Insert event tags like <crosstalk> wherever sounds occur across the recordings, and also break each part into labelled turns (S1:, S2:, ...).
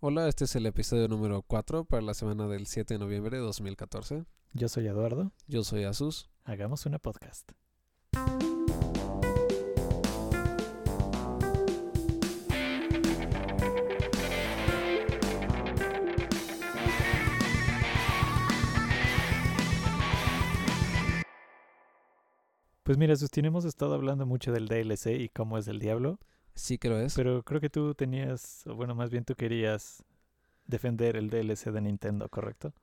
S1: Hola, este es el episodio número 4 para la semana del 7 de noviembre de 2014.
S2: Yo soy Eduardo.
S1: Yo soy Asus.
S2: Hagamos una podcast. Pues mira, Sustin, hemos estado hablando mucho del DLC y cómo es el diablo,
S1: Sí que lo es.
S2: pero creo que tú tenías, o bueno, más bien tú querías defender el DLC de Nintendo, ¿correcto?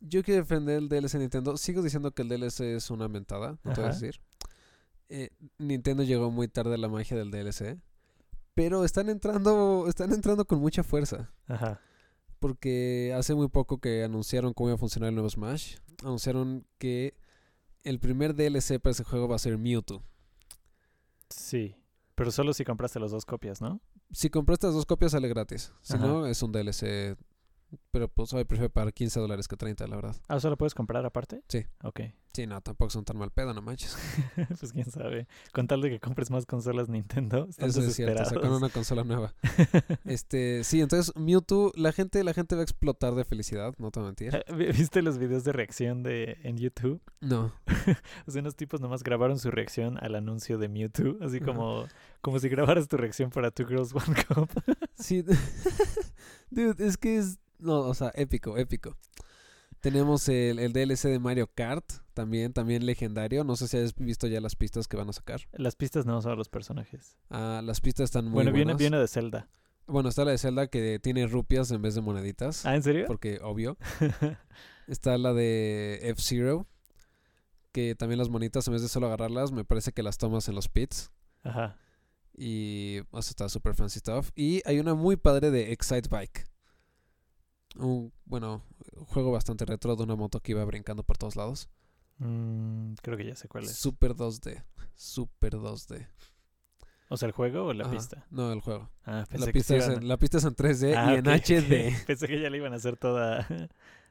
S1: Yo quiero defender el DLC de Nintendo. Sigo diciendo que el DLC es una mentada, no te voy a
S2: Ajá.
S1: decir. Eh, Nintendo llegó muy tarde a la magia del DLC. Pero están entrando, están entrando con mucha fuerza.
S2: Ajá.
S1: Porque hace muy poco que anunciaron cómo iba a funcionar el nuevo Smash. Anunciaron que el primer DLC para ese juego va a ser Mewtwo.
S2: Sí. Pero solo si compraste las dos copias, ¿no?
S1: Si compré estas dos copias sale gratis. Si
S2: Ajá.
S1: no, es un DLC. Pero pues hoy prefiero pagar 15 dólares que 30, la verdad.
S2: Ah, ¿solo puedes comprar aparte?
S1: Sí.
S2: Ok. <laughs>
S1: Sí, no, tampoco son tan mal pedo, no manches.
S2: pues quién sabe. Con tal de que compres más consolas Nintendo, <laughs> están
S1: Eso es cierto,
S2: desesperados.
S1: sacaron una consola
S2: <laughs>
S1: nueva. este, sí, entonces Mewtwo, la gente, la gente va a explotar de felicidad, no te voy a
S2: <laughs>
S1: mentir.
S2: ¿Vi- ¿Viste los videos de reacción de en YouTube?
S1: No,
S2: O sea, unos tipos nomás grabaron su reacción al anuncio de Mewtwo, así como, como si grabaras tu reacción para Two Girls <laughs> One Cup.
S1: sí. <laughs> Dude, es que es, no, o sea, épico, épico. Tenemos el, el DLC de Mario Kart, también, también legendario. No sé si has visto ya las pistas que van a sacar.
S2: Las pistas no son los personajes.
S1: Ah, las pistas están muy
S2: bueno, viene,
S1: buenas.
S2: viene de Zelda.
S1: Bueno, está la de Zelda que tiene rupias en vez de moneditas.
S2: Ah, ¿en serio?
S1: Porque
S2: <laughs>
S1: obvio. Está la de F-Zero. Que también las monitas, en vez de solo agarrarlas, me parece que las tomas en los pits.
S2: Ajá.
S1: Y o sea, está super fancy stuff. Y hay una muy padre de Excite Bike. Un, bueno, un juego bastante retro de una moto que iba brincando por todos lados.
S2: Mm, creo que ya sé cuál es.
S1: Super 2D. Super 2D.
S2: O sea, el juego o la
S1: Ajá.
S2: pista.
S1: No, el juego.
S2: Ah, pensé
S1: La
S2: que
S1: pista,
S2: sí
S1: es
S2: iban-
S1: en, la pista es en 3D
S2: Ah,
S1: y en
S2: ok, ok.
S1: HD.
S2: <laughs> Pensé que ya la iban a hacer toda <laughs>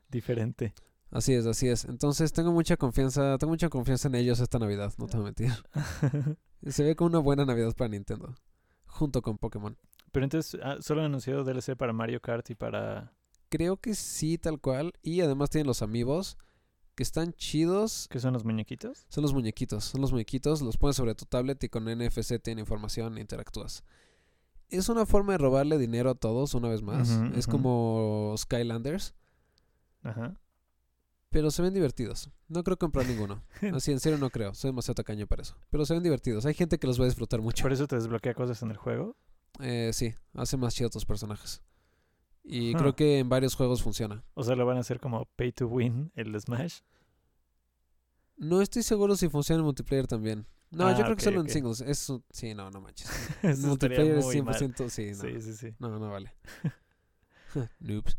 S2: diferente.
S1: Así es, así es. Entonces tengo mucha confianza, tengo mucha confianza en ellos esta Navidad, no te voy a mentir.
S2: <laughs>
S1: Se ve como una buena Navidad para Nintendo, junto con Pokémon.
S2: Pero entonces, ah, solo han anunciado DLC para Mario Kart y para...
S1: Creo que sí, tal cual. Y además tienen los amigos, que están chidos.
S2: ¿Qué son los muñequitos?
S1: Son los muñequitos, son los muñequitos, los pones sobre tu tablet y con NFC tienen información e interactúas. Es una forma de robarle dinero a todos, una vez más.
S2: Ujú,
S1: es
S2: ujú.
S1: como Skylanders,
S2: Ajá.
S1: pero se ven divertidos. No creo comprar
S2: <laughs>
S1: ninguno. Así, en serio no creo. Soy demasiado tacaño para eso. Pero se ven divertidos. Hay gente que los va a disfrutar mucho.
S2: ¿Por eso te desbloquea cosas en el juego?
S1: Eh, sí, hace más chido tus personajes. Y
S2: Huh.
S1: creo que en varios juegos funciona.
S2: O sea, lo van a hacer como pay to win el de Smash. <laughs>
S1: No estoy seguro si funciona en multiplayer también. No,
S2: Ah,
S1: yo creo
S2: ok,
S1: que solo
S2: ok.
S1: en singles. Es un- Sí, no, no manches. En
S2: <laughs> Eso estaría
S1: multiplayer es
S2: muy mal.
S1: 100%. Sí, no.
S2: Sí, sí, sí.
S1: No, no
S2: <laughs>
S1: vale. <laughs> Noobs.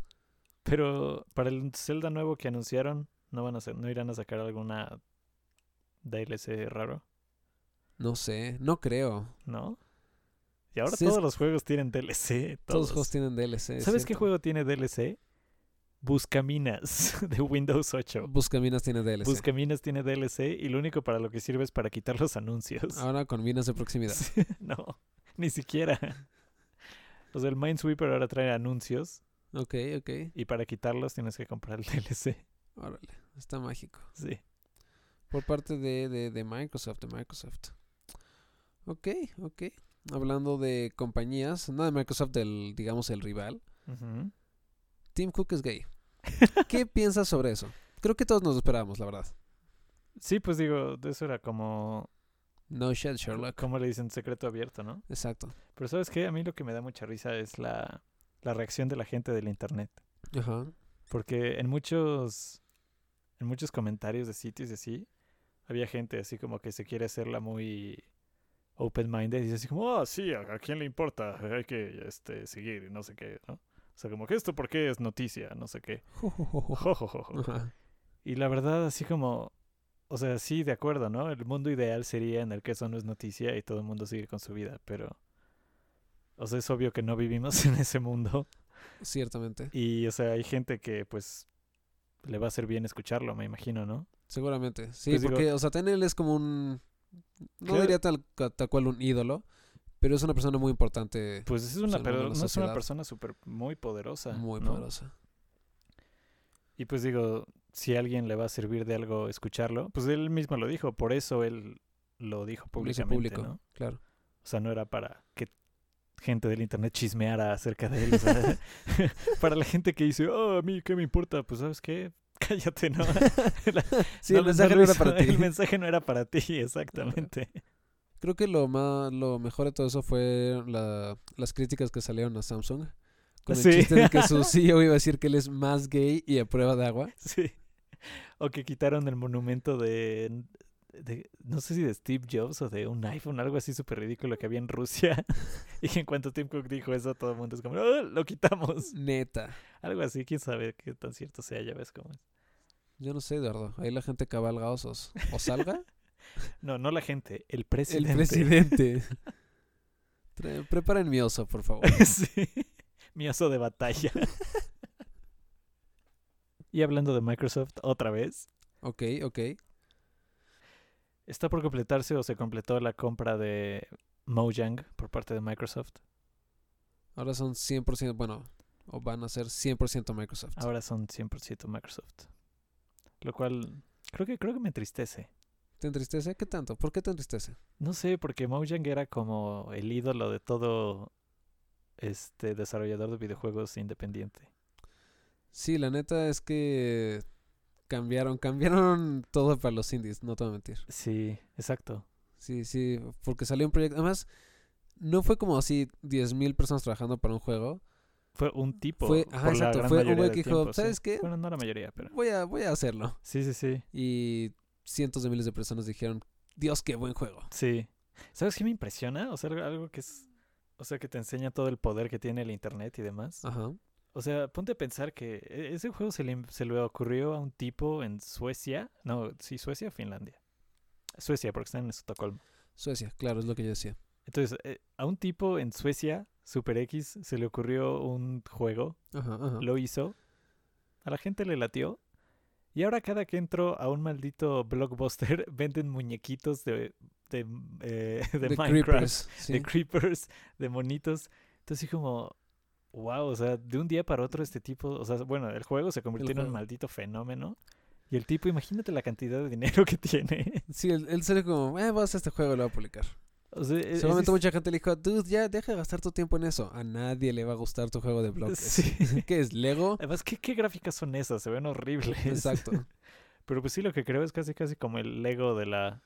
S2: Pero para el Zelda nuevo que anunciaron, no van a hacer- no irán a sacar alguna DLC raro,
S1: No sé, no creo.
S2: ¿no? Y ahora
S1: Sí, es-
S2: todos los juegos tienen DLC.
S1: Todos
S2: Todos.
S1: los juegos tienen DLC. es
S2: ¿Sabes qué
S1: cierto.
S2: juego tiene DLC? Buscaminas <laughs> de Windows 8.
S1: Buscaminas tiene DLC.
S2: Buscaminas Pues tiene DLC y lo único para lo que sirve es para quitar los anuncios.
S1: Ahora con minas de proximidad.
S2: <laughs> Sí, no, ni siquiera. O sea, el Minesweeper ahora trae anuncios
S1: Ok, ok.
S2: y para quitarlos tienes que comprar el DLC.
S1: Órale, está mágico.
S2: Sí.
S1: Por parte de, de, de Microsoft, de Microsoft. Ok, ok. Hablando de compañías, no de Microsoft, del, digamos, el rival.
S2: Ujú.
S1: Tim Cook es
S2: <laughs>
S1: gay. ¿Qué piensas sobre eso? Creo que todos nos lo esperábamos, la verdad.
S2: Sí, pues digo, de eso era como,
S1: No shit, Sherlock.
S2: como le dicen, secreto abierto, ¿no?
S1: Exacto.
S2: Pero sabes qué, a mí lo que me da mucha risa es la, la reacción de la gente del Internet.
S1: Ajá.
S2: <laughs> Porque en muchos, en muchos comentarios de sitios y así, había gente así como que se quiere hacerla muy open-minded y así como, ah, sí, ¿a, a quién le importa? Hay que este, seguir y no sé qué, ¿no? O sea, como que esto por qué es noticia, no sé qué. Jojojojo.
S1: Ajá.
S2: Y la verdad, así como, o sea, sí, de acuerdo, ¿no? El mundo ideal sería en el que eso no es noticia y todo el mundo sigue con su vida, pero... O sea, es obvio que no vivimos <laughs> en ese mundo.
S1: Ciertamente.
S2: Y, o sea, hay gente que, pues, le va a hacer bien escucharlo, me imagino, ¿no?
S1: Seguramente. Sí,
S2: Pues digo-
S1: porque, o sea, Tenel es como un. No
S2: Claro.
S1: diría tal, ca- tal cual un ídolo, Pero es una persona muy importante,
S2: Pues es una,
S1: Salvando
S2: pero
S1: la
S2: no es una
S1: sociedad.
S2: persona súper muy poderosa.
S1: muy
S2: ¿no?
S1: poderosa.
S2: Y pues digo, si a alguien le va a servir de algo escucharlo, pues él mismo lo dijo, por eso él lo dijo
S1: Lo hizo
S2: públicamente,
S1: público,
S2: ¿no? <laughs>
S1: claro.
S2: O sea, no era para que gente del internet chismeara acerca de él.
S1: <laughs>
S2: o sea, para la gente que dice, oh, a mí qué me importa, pues sabes qué, <laughs> cállate, ¿no? La-
S1: <laughs> Sí,
S2: no-
S1: el
S2: no
S1: mensaje no,
S2: lo
S1: era
S2: hizo- <laughs>
S1: para ti.
S2: El mensaje no era para ti, <laughs> exactamente.
S1: Creo que lo más, lo mejor de todo eso fue la- las críticas que salieron a Samsung. Con el
S2: Sí.
S1: chiste de que
S2: <laughs>
S1: su CEO iba a decir que él es más gay y a prueba de agua.
S2: Sí. O que quitaron el monumento de, de- no sé si de Steve Jobs o de un iPhone, algo así súper ridículo que había en Rusia. <laughs> y que en cuanto Tim Cook dijo eso, todo el mundo es como, "Ah, lo quitamos. <laughs>
S1: Neta.
S2: Algo así, quién sabe qué tan cierto sea, ya ves cómo es.
S1: Yo no sé, Eduardo. Ahí la gente cabalga osos. ¿O
S2: <laughs>
S1: salga?
S2: No, no la gente, el
S1: el
S2: presidente.
S1: presidente. Tra- Preparen mi oso, por favor.
S2: <laughs> sí. Mi oso de batalla. <laughs> y hablando de Microsoft otra vez,
S1: Ok, ok.
S2: está por completarse o se completó la compra de Mojang por parte de Microsoft.
S1: Ahora son 100%, bueno, o van a ser 100% Microsoft.
S2: Ahora son 100% Microsoft. Lo cual creo que creo que me entristece.
S1: ¿Te entristece? ¿Qué tanto? ¿Por qué te entristece?
S2: No sé, porque Mojang era como el ídolo de todo este desarrollador de videojuegos independiente.
S1: Sí, la neta es que cambiaron, cambiaron <laughs> todo para los indies, no te voy a mentir.
S2: Sí, exacto.
S1: Sí, sí, porque salió un proyecto. Además, no fue como así 10.000 personas trabajando para un juego.
S2: Fue un tipo.
S1: Fue- ajá,
S2: por la
S1: exacto,
S2: gran
S1: fue un
S2: mayoría
S1: güey
S2: del
S1: que dijo,
S2: tiempo, sí.
S1: "¿Sabes qué?
S2: Bueno, no la mayoría, pero.
S1: Voy a, voy a hacerlo.
S2: Sí, sí, sí.
S1: Y cientos de miles de personas dijeron, Dios, qué buen juego.
S2: Sí. ¿Sabes qué me impresiona? O sea, algo- algo que es. O sea, que te enseña todo el poder que tiene el internet y demás.
S1: Ajá.
S2: O sea, ponte a pensar que e- ese juego se le, in- se le ocurrió a un tipo en Suecia. No, sí, Suecia o Finlandia. Suecia, porque están en Estocolmo.
S1: Suecia, claro, es lo que yo decía.
S2: Entonces, eh, a un tipo en Suecia, Super X, se le ocurrió un juego,
S1: Ajá, ajá.
S2: lo hizo, a la gente le latió. Y ahora cada que entro a un maldito blockbuster, <laughs> venden muñequitos de, de, eh, <laughs> de
S1: The
S2: Minecraft
S1: Creepers, sí.
S2: de creepers, de monitos. Entonces, sí, como, wow, o sea, de un día para otro este tipo, o sea, bueno, el juego se convirtió en un
S1: juego.
S2: maldito fenómeno. Y el tipo, imagínate la cantidad de dinero <laughs> que tiene.
S1: Sí, él, él salió como, eh, vas a este juego, lo voy a publicar.
S2: O sea, E-, es- es
S1: Seguramente
S2: dis-
S1: mucha gente le dijo, dude, ya deja de gastar tu tiempo en eso. A nadie le va a gustar tu juego de bloques. <laughs>
S2: Sí.
S1: ¿Qué es?
S2: <laughs>
S1: ¿Lego?
S2: Además, ¿qué, qué gráficas son esas? Se ven horribles.
S1: Exacto.
S2: Pero pues sí, lo que creo es casi casi como el Lego de la...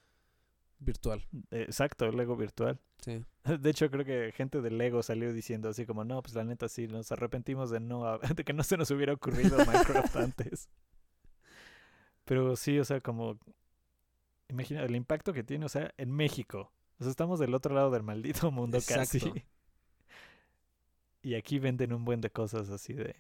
S1: Virtual.
S2: eh, exacto, el Lego virtual.
S1: Sí.
S2: <laughs> De hecho, creo que gente del Lego salió diciendo así como, no, pues la neta sí, nos arrepentimos de no hab- <laughs> de que no se nos hubiera ocurrido Minecraft antes. <laughs> Pero sí, o sea, como imagina el impacto que tiene, o sea, en México. O sea, estamos del otro lado del maldito mundo
S1: Exacto.
S2: casi. <laughs> Y aquí venden un buen de cosas así de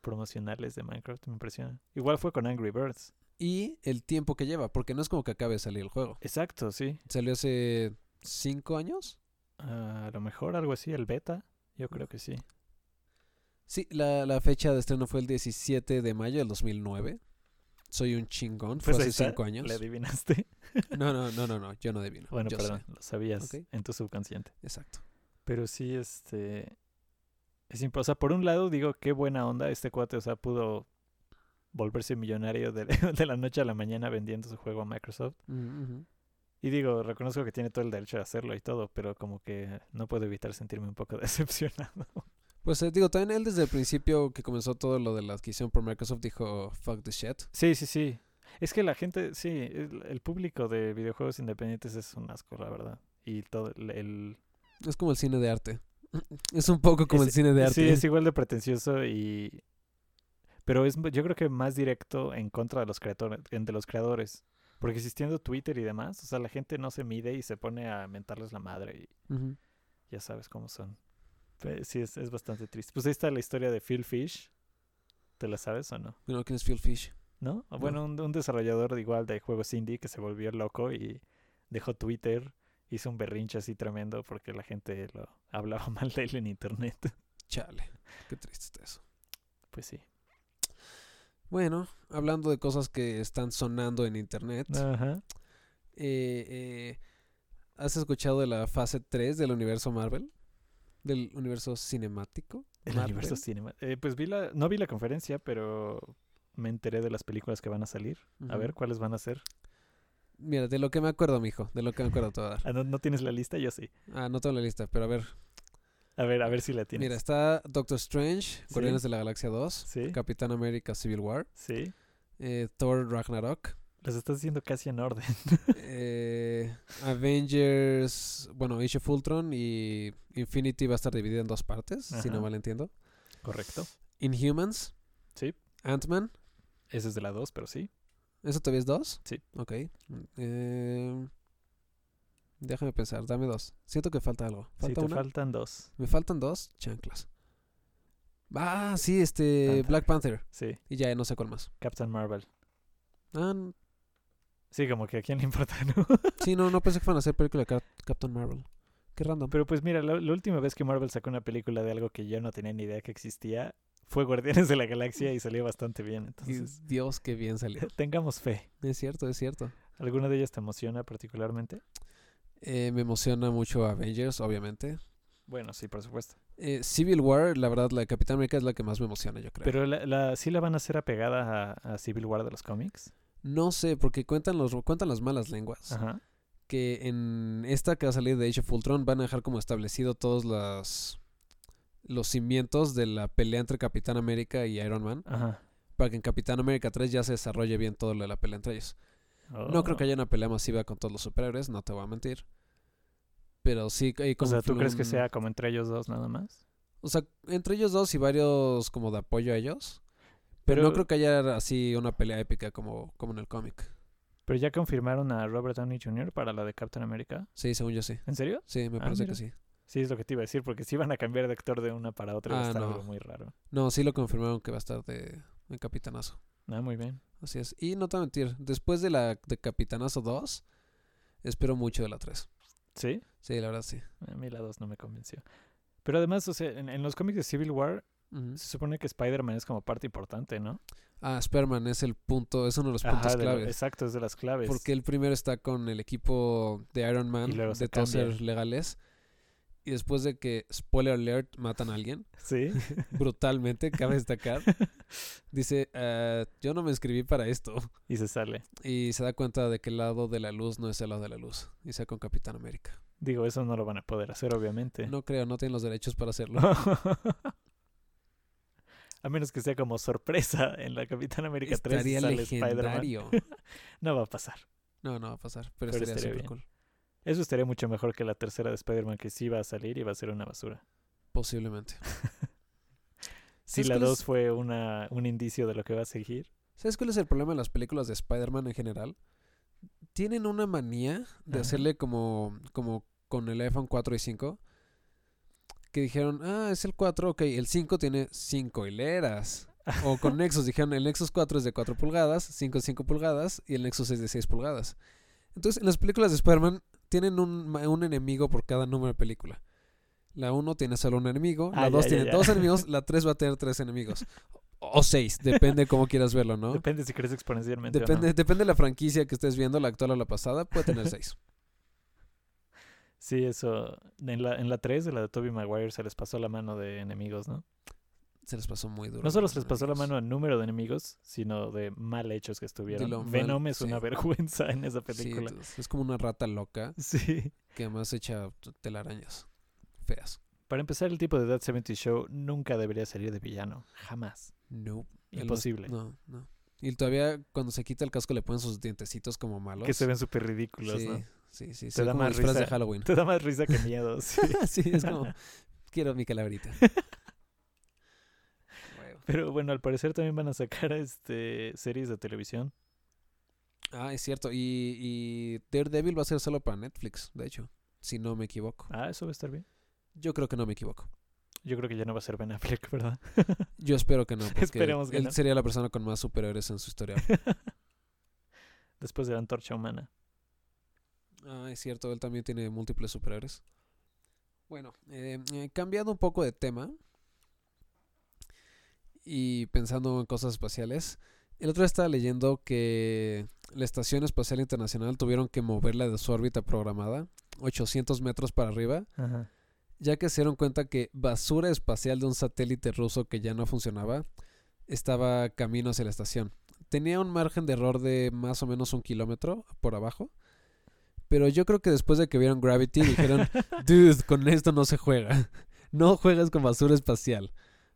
S2: promocionales de Minecraft, me impresiona. Igual fue con Angry Birds.
S1: Y el tiempo que lleva, porque no es como que acabe de salir el juego.
S2: Exacto, sí.
S1: Salió hace cinco años.
S2: Ah, a lo mejor algo así, el beta, yo creo que sí.
S1: Sí, la, la fecha de estreno fue el 17 de mayo del 2009. Soy un chingón. Fue
S2: Pues ahí
S1: hace
S2: está,
S1: cinco años.
S2: ¿Le adivinaste?
S1: No, no, no, no, no. Yo no adivino.
S2: Bueno,
S1: yo
S2: perdón,
S1: sé.
S2: lo sabías
S1: Ok.
S2: en tu subconsciente.
S1: Exacto.
S2: Pero sí, este. Es imp- O sea, por un lado, digo, qué buena onda este cuate, o sea, pudo volverse millonario de, <laughs> de la noche a la mañana vendiendo su juego a Microsoft.
S1: Mm, ujú.
S2: Y digo, reconozco que tiene todo el derecho de hacerlo y todo, pero como que no puedo evitar sentirme un poco <laughs> decepcionado.
S1: Pues eh, digo, también él desde el principio que comenzó todo lo de la adquisición por Microsoft dijo, fuck the shit.
S2: Sí, sí, sí. Es que la gente, sí, el, el público de videojuegos independientes es un asco, la verdad. Y todo el- el
S1: Es como el cine de arte. <clears throat> Es un poco como
S2: Es-
S1: el cine de arte. ¿eh?
S2: Sí, es igual de pretencioso y... Pero es, yo creo que más directo en contra de los, creator- en- de los creadores. Porque existiendo Twitter y demás, o sea, la gente no se mide y se pone a mentarles la madre y
S1: Ujú.
S2: ya sabes cómo son. Pe- sí, es, es bastante triste. Pues ahí está la historia de Phil Fish. ¿Te la sabes o no?
S1: You know, ¿quién es Phil Fish?
S2: ¿No? O Bueno, un, un desarrollador de igual de juegos indie que se volvió loco y dejó Twitter, hizo un berrinche así tremendo porque la gente lo hablaba <laughs> mal de él en internet.
S1: Chale. Qué triste está eso.
S2: Pues sí.
S1: Bueno, hablando
S2: Ah.
S1: de cosas que están sonando en internet.
S2: Ajá.
S1: eh, eh, ¿Has escuchado de la fase 3 del universo Marvel? ¿Del universo cinemático?
S2: El
S1: Marvel.
S2: universo cinema. Eh, pues vi la, no vi la conferencia, pero me enteré de las películas que van a salir. A
S1: Ujú.
S2: ver cuáles van a ser.
S1: Mira, de lo que me acuerdo, mijo. De lo que me acuerdo te voy a dar.
S2: Ah, ¿no, no tienes la lista? Yo sí.
S1: Ah, no tengo la lista, pero a ver.
S2: A ver, a ver si la tienes.
S1: Mira, está Doctor Strange, Guardianes de la Galaxia 2,
S2: Sí,
S1: Capitán América Civil War,
S2: sí.
S1: eh, Thor Ragnarok,
S2: Las estás haciendo casi en orden. <laughs>
S1: eh, Avengers, bueno, Age of Ultron y Infinity va a estar dividida en dos partes, si
S2: Ajá.
S1: no mal entiendo.
S2: Correcto.
S1: Inhumans,
S2: Sí.
S1: Ant-Man,
S2: Esa es de la 2, pero sí.
S1: ¿Eso todavía es dos?
S2: Sí.
S1: Ok. Eh, déjame pensar, dame dos. Siento que falta algo.
S2: Sí,
S1: ¿Falta
S2: te
S1: una?
S2: faltan dos.
S1: Me faltan dos chanclas. Ah, sí, este.
S2: Panther.
S1: Black Panther.
S2: Sí,
S1: Y ya, no sé cuál más.
S2: Captain Marvel.
S1: Ah, n-
S2: Sí, como que a quién le importa, <laughs> ¿no?
S1: sí, no, no pensé que fueran a hacer película de Cap- Captain Marvel. Qué random.
S2: Pero pues mira, la, la última vez que Marvel sacó una película de algo que yo no tenía ni idea que existía fue Guardianes de la Galaxia y salió bastante bien.
S1: Y
S2: Entonces,
S1: Dios, qué bien salió.
S2: <laughs> tengamos fe.
S1: Es cierto, es cierto.
S2: ¿Alguna de ellas te emociona particularmente?
S1: Eh, me emociona mucho Avengers, obviamente.
S2: Bueno, sí, por supuesto.
S1: Eh, Civil War, la verdad, la de Capitán América es la que más me emociona, yo creo.
S2: Pero la, la- sí la van a hacer apegada a, a Civil War de los cómics.
S1: no sé, porque cuentan, los, cuentan las malas lenguas.
S2: Ajá.
S1: que en esta que va a salir de Age of Ultron van a dejar como establecido todos las- los cimientos de la pelea entre Capitán América y Iron Man
S2: Ajá.
S1: para que en Capitán América 3 ya se desarrolle bien todo lo de la pelea entre ellos. No
S2: Oh.
S1: creo que haya una pelea masiva con todos los superhéroes, no te voy a mentir. Pero sí hay
S2: Oh. O
S1: como
S2: sea, ¿tú
S1: un-
S2: crees que sea como entre ellos dos nada más?
S1: O sea, entre ellos dos y varios como de apoyo a ellos. Pero, no
S2: Pero-
S1: creo que haya así una pelea épica como, como en el cómic.
S2: Pero ya confirmaron a Robert Downey Jr. para la de Captain America.
S1: Sí, según yo sí.
S2: ¿En serio?
S1: Sí, me
S2: Ah,
S1: parece
S2: mira.
S1: que sí.
S2: Sí, es lo que te iba a decir, porque si van a cambiar de actor de una para otra, va a
S1: Ah,
S2: estar
S1: no.
S2: algo muy raro.
S1: No, sí lo confirmaron que va a estar de, de Capitanazo.
S2: Ah, muy bien.
S1: Así es. Y no te voy a mentir, después de la de Capitanazo 2, espero mucho de la 3.
S2: ¿Sí?
S1: Sí, la verdad sí.
S2: A mí la 2 no me convenció. Pero además, o sea, en, en los cómics de Civil War
S1: Ujú.
S2: se supone que Spider-Man es como parte importante, ¿no?
S1: Ah, Sperman es el punto, es uno de los puntos
S2: de lo-
S1: claves.
S2: exacto, es de las claves.
S1: Porque el primero está con el equipo de Iron Man,
S2: Y luego se
S1: de todos
S2: cambia.
S1: ser legales. Y después de que, spoiler alert, matan a alguien
S2: Sí.
S1: brutalmente, cabe destacar, dice, "Ah, yo no me inscribí para esto.
S2: y se sale.
S1: Y se da cuenta de que el lado de la luz no es el lado de la luz. Y sea con Capitán América.
S2: Digo, eso no lo van a poder hacer, obviamente.
S1: No creo, no tienen los derechos para hacerlo.
S2: <laughs> A menos que sea como sorpresa en la Capitán América 3 y
S1: Estaría
S2: sale Spider-Man.
S1: legendario.
S2: No va a pasar.
S1: No, no va a pasar, pero,
S2: Pero
S1: estaría
S2: estaría
S1: súper
S2: bien.
S1: cool.
S2: Eso estaría mucho mejor que la tercera de Spider-Man que sí va a salir y va a ser una basura.
S1: Posiblemente.
S2: Si
S1: ¿Sabes
S2: la
S1: cuál es-
S2: 2 fue una, un indicio de lo que va a seguir.
S1: ¿Sabes cuál es el problema de las películas de Spider-Man en general? Tienen una manía de
S2: Ajá.
S1: hacerle como, como con el iPhone 4 y 5. Que dijeron, ah, es el 4, ok, el 5 tiene 5 hileras.
S2: <laughs>
S1: O con Nexus, dijeron, el Nexus 4 es de 4 pulgadas, 5 es 5 pulgadas y el Nexus es de 6 pulgadas. Entonces, en las películas de Spider-Man tienen un, ma- un enemigo por cada número de película. La 1 tiene solo un enemigo,
S2: Ah,
S1: la
S2: ya,
S1: 2
S2: ya,
S1: tiene
S2: ya.
S1: dos enemigos, la 3 va a tener tres enemigos. O 6, depende cómo quieras verlo, ¿no?
S2: <laughs> Depende si crees exponencialmente. o no.
S1: Depende, depende de la franquicia que estés viendo, la actual o la pasada, puede tener seis.
S2: Sí, eso. En la, en la 3 de la de Tobey Maguire se les pasó la mano de enemigos, ¿no?
S1: Se les pasó muy duro.
S2: No solo
S1: los
S2: se les pasó la
S1: enemigos.
S2: mano al número de enemigos, sino de mal hechos que estuvieron.
S1: lo mal-
S2: Venom es
S1: sí.
S2: una <laughs> vergüenza en esa
S1: Sí,
S2: película.
S1: entonces, es como una rata loca
S2: Sí.
S1: que además echa t- telarañas feas.
S2: Para empezar, el tipo de That 70 Show nunca debería salir de villano. Jamás.
S1: No. él no-
S2: Imposible.
S1: No, no. Y todavía cuando se quita el casco le ponen sus dientecitos como malos.
S2: Que se ven súper ridículos,
S1: sí,
S2: ¿no?
S1: sí, sí. se ve
S2: da
S1: como
S2: más
S1: disfraz de
S2: risa.
S1: Halloween.
S2: <laughs> Te da más
S1: <laughs>
S2: risa que miedo. sí.
S1: sí, es como, quiero mi
S2: <laughs>
S1: calaverita. Huevo.
S2: Pero bueno, al parecer también van a sacar este series de televisión.
S1: Ah, es cierto. Y, y Daredevil va a ser solo para Netflix, de hecho. Si no me equivoco.
S2: Ah, eso va a estar bien.
S1: Yo creo que no me equivoco.
S2: Yo creo que ya no va a ser Ben Affleck, <laughs> ¿verdad?
S1: Yo espero
S2: <laughs>
S1: que no. Porque
S2: Esperemos que
S1: él
S2: no.
S1: sería la persona con más superhéroes en su historia.
S2: <laughs> Después de la antorcha humana.
S1: ah, es cierto, él también tiene múltiples superhéroes. Bueno, eh, eh, cambiando un poco de tema y pensando en cosas espaciales, el otro día estaba leyendo que la Estación Espacial Internacional tuvieron que moverla de su órbita programada 800 metros para arriba,
S2: <laughs> Ajá.
S1: ya que se dieron cuenta que basura espacial de un satélite ruso que ya no funcionaba estaba camino hacia la estación. Tenía un margen de error de más o menos un kilómetro por abajo. Pero yo creo que después de que vieron Gravity
S2: <laughs>
S1: dijeron, dude, con esto no se juega. <laughs> No juegas con basura espacial.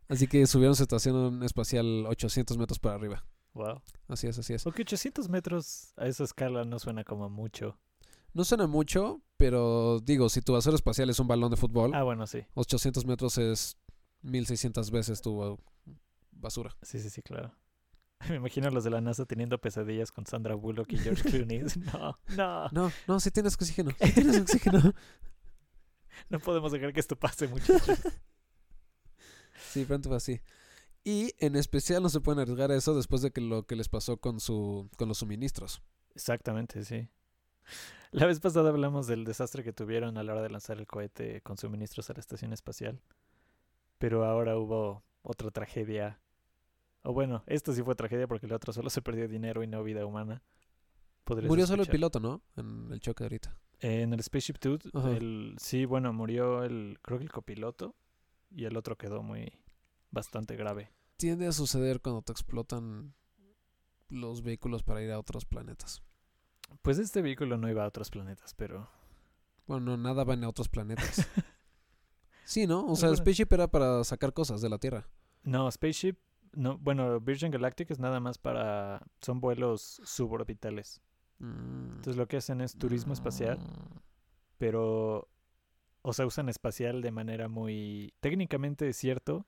S1: Así que subieron su estación espacial 800 metros para arriba.
S2: Wow.
S1: Así es, así es.
S2: Porque 800 metros a esa escala no suena como mucho.
S1: No suena mucho, pero digo, si tu basura espacial es un balón de fútbol,
S2: Ah, bueno, sí.
S1: 800 metros es 1600 veces tu uh, basura.
S2: Sí, sí, sí, claro. <laughs> Me imagino a los de la NASA teniendo pesadillas con Sandra Bullock
S1: <laughs>
S2: y George Clooney. <laughs> No, no,
S1: No, no, si tienes oxígeno, si tienes oxígeno. <laughs>
S2: no podemos dejar que esto pase, muchachos.
S1: Sí, pronto fue así. Y en especial no se pueden arriesgar a eso después de que lo que les pasó con su con los suministros.
S2: Exactamente, sí. La vez pasada hablamos del desastre que tuvieron a la hora de lanzar el cohete con suministros a la estación espacial. Pero ahora hubo otra tragedia. O bueno, esta sí fue tragedia porque la otra solo se perdió dinero y no vida humana. Podrías
S1: Murió solo el
S2: escuchar.
S1: piloto, ¿no? En el choque ahorita.
S2: En el Spaceship Dude,
S1: Ajá.
S2: el, sí, bueno, murió el, creo que el copiloto y el otro quedó muy, bastante grave.
S1: Tiende a suceder cuando te explotan los vehículos para ir a otros planetas.
S2: Pues este vehículo no iba a otros planetas, pero
S1: Bueno, nada van a otros
S2: <laughs>
S1: planetas. Sí, ¿no? O sea, el
S2: Algunas-
S1: spaceship era para sacar cosas de la Tierra.
S2: no, Spaceship, no, bueno, Virgin Galactic es nada más para, son vuelos suborbitales.
S1: Mm.
S2: Entonces lo que hacen es turismo espacial,
S1: Mm.
S2: pero, o sea, usan espacial de manera muy, técnicamente es cierto,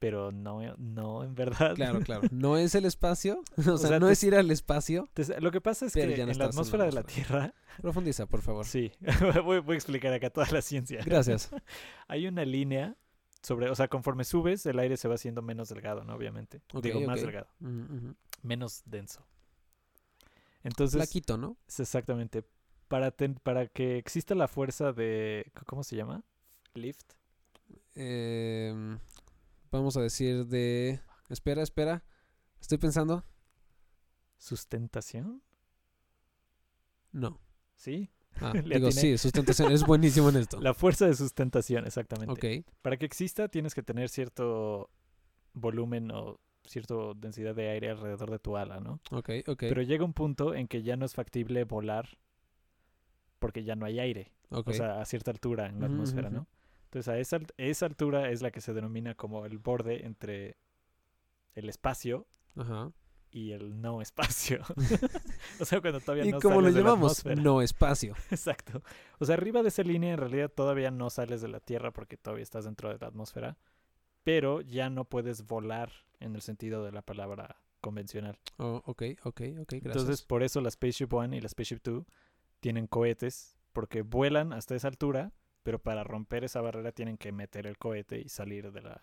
S2: pero no, eh, no, en verdad.
S1: Claro, claro. No es el espacio. <laughs> O sea,
S2: sea,
S1: no
S2: te-
S1: es ir al espacio.
S2: <laughs> Entonces, lo que pasa es
S1: Pero
S2: que
S1: ya no
S2: en la
S1: estás en la
S2: atmósfera de la
S1: atmósfera.
S2: Tierra
S1: Profundiza, por favor.
S2: Sí, <laughs> voy, voy a explicar acá toda la ciencia. <laughs>
S1: Gracias.
S2: Hay una línea sobre, o sea, conforme subes, el aire se va haciendo menos delgado, ¿no? Obviamente.
S1: Ok,
S2: Digo, más
S1: ok.
S2: delgado,
S1: Ujú, ujú.
S2: menos denso. Entonces,
S1: La quito, ¿no?
S2: es exactamente, para, ten- para que exista la fuerza de, c- ¿cómo se llama? Lift.
S1: Eh, vamos a decir de... Espera, espera. Estoy pensando.
S2: Sustentación.
S1: No.
S2: Sí,
S1: Ah,
S2: <laughs> Le
S1: digo,
S2: atiné.
S1: sí, sustentación. Es buenísimo en esto.
S2: <laughs> la fuerza de sustentación, exactamente.
S1: Ok.
S2: Para que exista tienes que tener cierto volumen o cierta densidad de aire alrededor de tu ala, ¿no?
S1: Ok, ok,
S2: Pero llega un punto en que ya no es factible volar porque ya no hay aire,
S1: ok.
S2: o sea, a cierta altura en la
S1: Ujú,
S2: atmósfera,
S1: ujú,
S2: ¿no? Entonces, a esa, alt- esa altura es la que se denomina como el borde entre el espacio
S1: Ajá.
S2: y el no espacio. <laughs> o sea, cuando todavía
S1: ¿Y
S2: no
S1: cómo lo
S2: sales de la
S1: llamamos?
S2: atmósfera.
S1: No espacio.
S2: <laughs> Exacto. O sea, arriba de esa línea en realidad todavía no sales de la Tierra porque todavía estás dentro de la atmósfera, pero ya no puedes volar en el sentido de la palabra convencional.
S1: Oh, ok, ok, ok, gracias.
S2: Entonces, por eso la Spaceship One y la Spaceship Two tienen cohetes, porque vuelan hasta esa altura, pero para romper esa barrera tienen que meter el cohete y salir de la.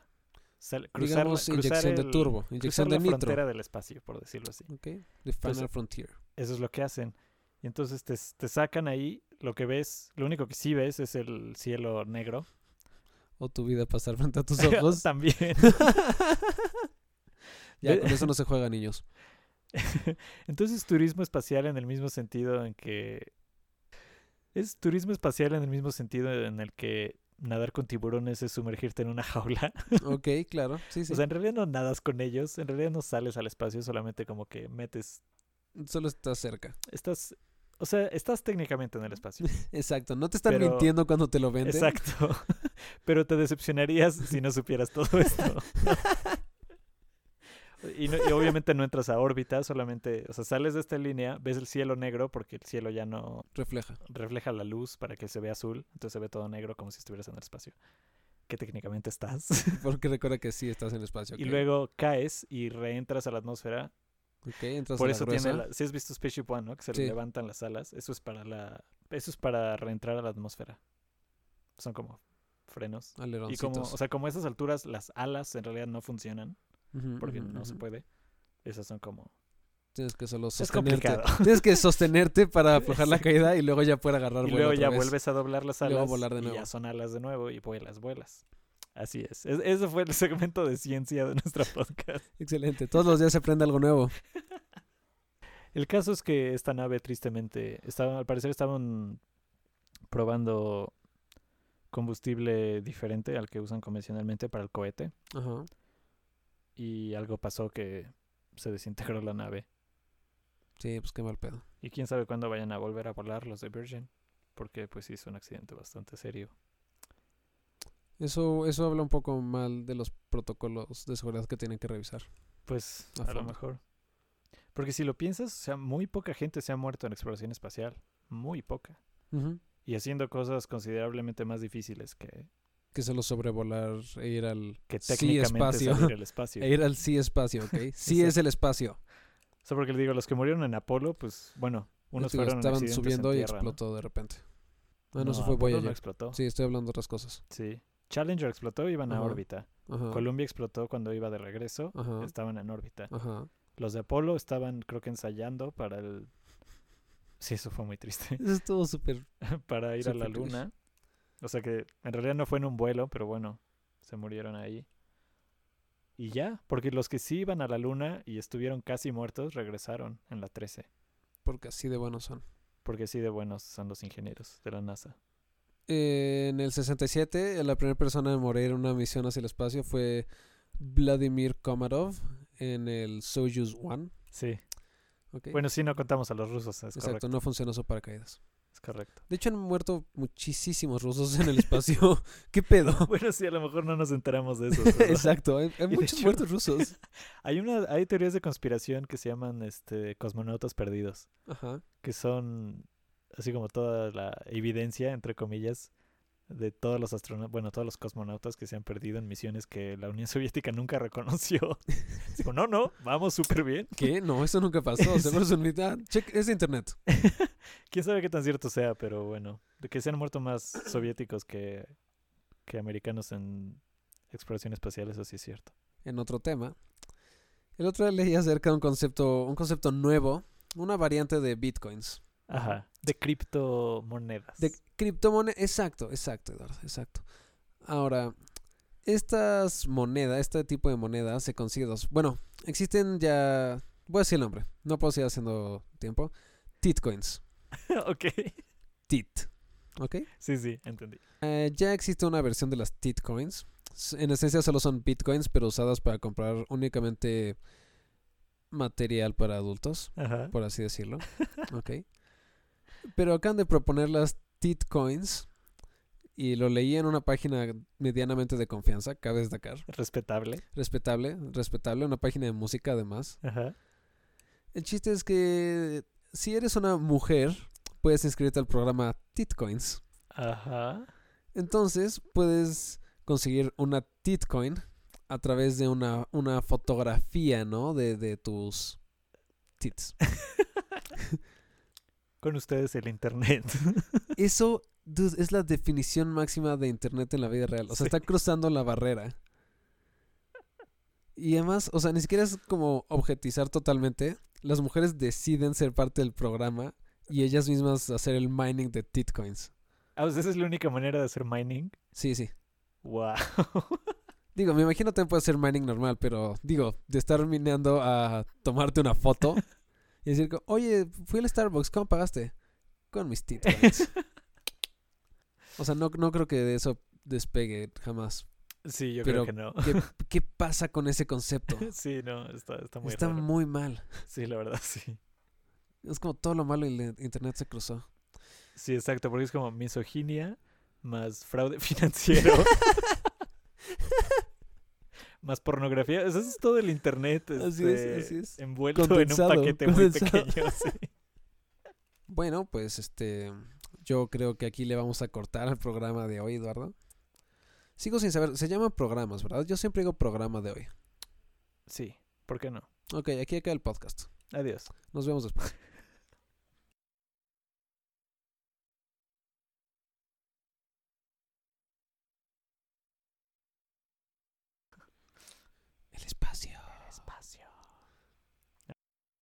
S2: sal- cruzar la-
S1: Digamos
S2: cruzar
S1: inyección de
S2: el-
S1: turbo,
S2: cruzar
S1: inyección
S2: la
S1: de nitro.
S2: frontera del espacio, por decirlo así.
S1: Ok, The Final
S2: Entonces-
S1: Frontier.
S2: Eso es lo que hacen. Y entonces te, te sacan ahí, lo que ves, lo único que sí ves es el cielo negro.
S1: O tu vida pasar frente
S2: <laughs>
S1: a tus ojos.
S2: También.
S1: ya, <laughs>
S2: Ve-
S1: con eso no se juega,
S2: <laughs>
S1: niños.
S2: Entonces, turismo espacial en el mismo sentido en que. Es turismo espacial en el mismo sentido en el que nadar con tiburones es sumergirte en una jaula. <laughs>
S1: Ok, claro. Sí, sí.
S2: O sea, en realidad no nadas con ellos, en realidad no sales al espacio, solamente como que metes.
S1: Solo estás cerca.
S2: Estás. O sea, estás técnicamente en el espacio.
S1: Exacto. No te están
S2: Pero-
S1: mintiendo cuando te lo venden. <laughs>
S2: Exacto. <laughs> Pero te decepcionarías si no supieras todo esto. Y, no- y obviamente no entras a órbita, solamente, o sea, sales de esta línea, ves el cielo negro porque el cielo ya no,
S1: Refleja.
S2: refleja la luz para que se vea azul, entonces se ve todo negro como si estuvieras en el espacio, que técnicamente estás. <laughs>
S1: Porque recuerda que sí estás en el espacio.
S2: Y
S1: ok.
S2: luego caes y reentras a la atmósfera.
S1: Ok, entras
S2: Por
S1: a la
S2: eso tiene,
S1: gruesa.
S2: la- si has visto Spaceship One, ¿no? Que se
S1: Sí.
S2: le levantan las alas, eso es para la, eso es para reentrar a la atmósfera. Son como frenos. Y
S1: aleroncitos.
S2: como, o sea, como a esas alturas las alas en realidad no funcionan
S1: Ujú,
S2: porque
S1: ujú,
S2: no se
S1: ujú.
S2: puede. Esas son como
S1: Tienes que solo
S2: es
S1: sostenerte.
S2: complicado.
S1: <laughs> Tienes que sostenerte
S2: <laughs>
S1: para aflojar la caída y luego ya poder agarrar
S2: Y
S1: vuelo
S2: luego
S1: otra
S2: ya
S1: vez.
S2: vuelves a doblar las
S1: Y luego a
S2: alas.
S1: volar de
S2: Y
S1: nuevo.
S2: ya son alas de nuevo y vuelas, vuelas. Así es. Es- ese fue el <laughs> segmento de ciencia de nuestro <laughs> podcast.
S1: Excelente. Todos los días se aprende algo nuevo.
S2: El caso es que esta nave, tristemente, estaba, al parecer estaban probando combustible diferente al que usan convencionalmente para el cohete.
S1: Ajá.
S2: Y algo pasó que se desintegró la nave.
S1: Sí, pues qué mal pedo.
S2: Y quién sabe cuándo vayan a volver a volar los de Virgin. Porque pues sí, es un accidente bastante serio.
S1: Eso, eso habla un poco mal de los protocolos de seguridad que tienen que revisar.
S2: Pues
S1: A
S2: a, lo
S1: fondo.
S2: mejor. Porque si lo piensas, o sea, muy poca gente se ha muerto en exploración espacial. Muy poca.
S1: Ujú.
S2: Y haciendo cosas considerablemente más difíciles que,
S1: Que solo sobrevolar e ir al
S2: que
S1: Sí,
S2: técnicamente
S1: espacio.
S2: salir al
S1: <laughs>
S2: espacio.
S1: e ir al sí espacio, <laughs> ¿ok? Sí es el espacio.
S2: O sea, porque le digo, los que murieron en Apolo, pues bueno, unos
S1: Te digo,
S2: fueron en
S1: estaban
S2: accidentes en
S1: subiendo y
S2: tierra, ¿no?
S1: explotó de repente. Ah, no,
S2: No,
S1: eso fue
S2: Apolo no
S1: Voyager.
S2: explotó. Sí.
S1: Sí, estoy hablando de otras cosas.
S2: Challenger explotó, iban a
S1: Ajá.
S2: órbita.
S1: Ajá.
S2: Columbia explotó cuando iba de regreso,
S1: Ajá.
S2: estaban en órbita.
S1: Ajá.
S2: Los de Apolo estaban, creo que ensayando para el... Sí, eso fue muy triste.
S1: Eso estuvo súper.
S2: para ir a la
S1: Súper triste.
S2: luna. O sea que en realidad no fue en un vuelo, pero bueno, se murieron ahí. Y ya, porque los que sí iban a la luna y estuvieron casi muertos regresaron en la 13.
S1: Porque así de buenos son.
S2: Porque sí de buenos son los ingenieros de la NASA.
S1: Eh, en el 67, la primera persona en morir en una misión hacia el espacio fue Vladimir Komarov en el Soyuz 1.
S2: Sí.
S1: ¿ok?
S2: Bueno, sí, no contamos a los rusos, es
S1: Exacto,
S2: correcto.
S1: no funcionó su paracaídas.
S2: Es correcto. <laughs>
S1: De hecho, han muerto muchísimos rusos en el espacio. ¿Qué pedo?
S2: Bueno, sí, a lo mejor no nos enteramos de eso.
S1: <laughs>
S2: pero
S1: Exacto, hay, hay
S2: de
S1: muchos
S2: hecho-
S1: muertos
S2: <laughs>
S1: rusos.
S2: Hay, una, hay teorías de conspiración que se llaman este, cosmonautas perdidos.
S1: Ajá.
S2: que son así como toda la evidencia, entre comillas, de todos los astronautas, bueno, todos los cosmonautas que se han perdido en misiones que la Unión <laughs> Soviética nunca <laughs> reconoció. Digo, no, no, vamos súper bien.
S1: ¿Qué? No, eso nunca pasó. Seguro es un mito. Ah, check- es de internet.
S2: <laughs> Quién sabe qué tan cierto sea, pero bueno, de que se han muerto más soviéticos que, que americanos en exploración espacial, eso sí es cierto.
S1: en otro tema. El otro día leí acerca de un concepto, un concepto nuevo, una variante de bitcoins.
S2: Ajá, de criptomonedas.
S1: De criptomonedas. Exacto, exacto, Eduardo, exacto. Ahora, estas monedas, este tipo de monedas se consigue dos. Bueno, existen ya. Voy a decir el nombre, no puedo seguir haciendo tiempo. Titcoins.
S2: <laughs> ok,
S1: Tit. ¿Ok?
S2: sí, sí, entendí.
S1: Eh, ya existe una versión de las titcoins. S- En esencia solo son bitcoins, pero usadas para comprar únicamente material para adultos.
S2: Ajá.
S1: por así decirlo. Ok. Pero acaban de proponer las titcoins y lo leí en una página medianamente de confianza, cabe destacar.
S2: Pues, Respetable.
S1: Respetable, respetable, una página de música además.
S2: Ajá.
S1: El chiste es que si eres una mujer, puedes inscribirte al programa Titcoins.
S2: Ajá.
S1: Entonces puedes conseguir una Titcoin a través de una, una fotografía, ¿no? De, de tus tits.
S2: <laughs> Con ustedes el internet. <laughs>
S1: Eso, dude, es la definición máxima de Internet en la vida real. O sea,
S2: Sí.
S1: está cruzando la barrera. Y además, o sea, ni siquiera es como objetizar totalmente. Las mujeres deciden ser parte del programa y ellas mismas hacer el mining de titcoins.
S2: Ah, pues esa es la única manera de hacer mining.
S1: Sí, sí.
S2: Wow.
S1: Digo, me imagino también puede ser mining normal, pero digo, de estar minando a tomarte una foto y decir, co- oye, fui al Starbucks, ¿cómo pagaste? Con mis titcoins.
S2: <laughs>
S1: o sea, no, no creo que de eso despegue jamás.
S2: <laughs> Sí, yo
S1: Pero-
S2: creo que no.
S1: ¿Qué, qué pasa con ese concepto?
S2: Sí, no, <laughs> está, está muy
S1: Está
S2: raro.
S1: muy mal.
S2: Sí, la verdad, sí.
S1: Es como todo lo malo y el internet se cruzó.
S2: Sí, exacto, porque es como misoginia más fraude <laughs> financiero. más pornografía. Eso es todo el internet.
S1: Así es,
S2: este,
S1: así es.
S2: Envuelto
S1: Condensado,
S2: en un paquete
S1: condensado.
S2: muy
S1: <laughs>
S2: pequeño. sí.
S1: Bueno, pues este. Yo creo que aquí le vamos a cortar al programa de hoy, Eduardo. Sigo sin saber, se llaman programas, ¿verdad? Yo siempre digo programa de hoy.
S2: Sí, ¿por qué no?
S1: Ok, aquí acaba el podcast.
S2: Adiós.
S1: Nos vemos después. El espacio.
S2: Espacio.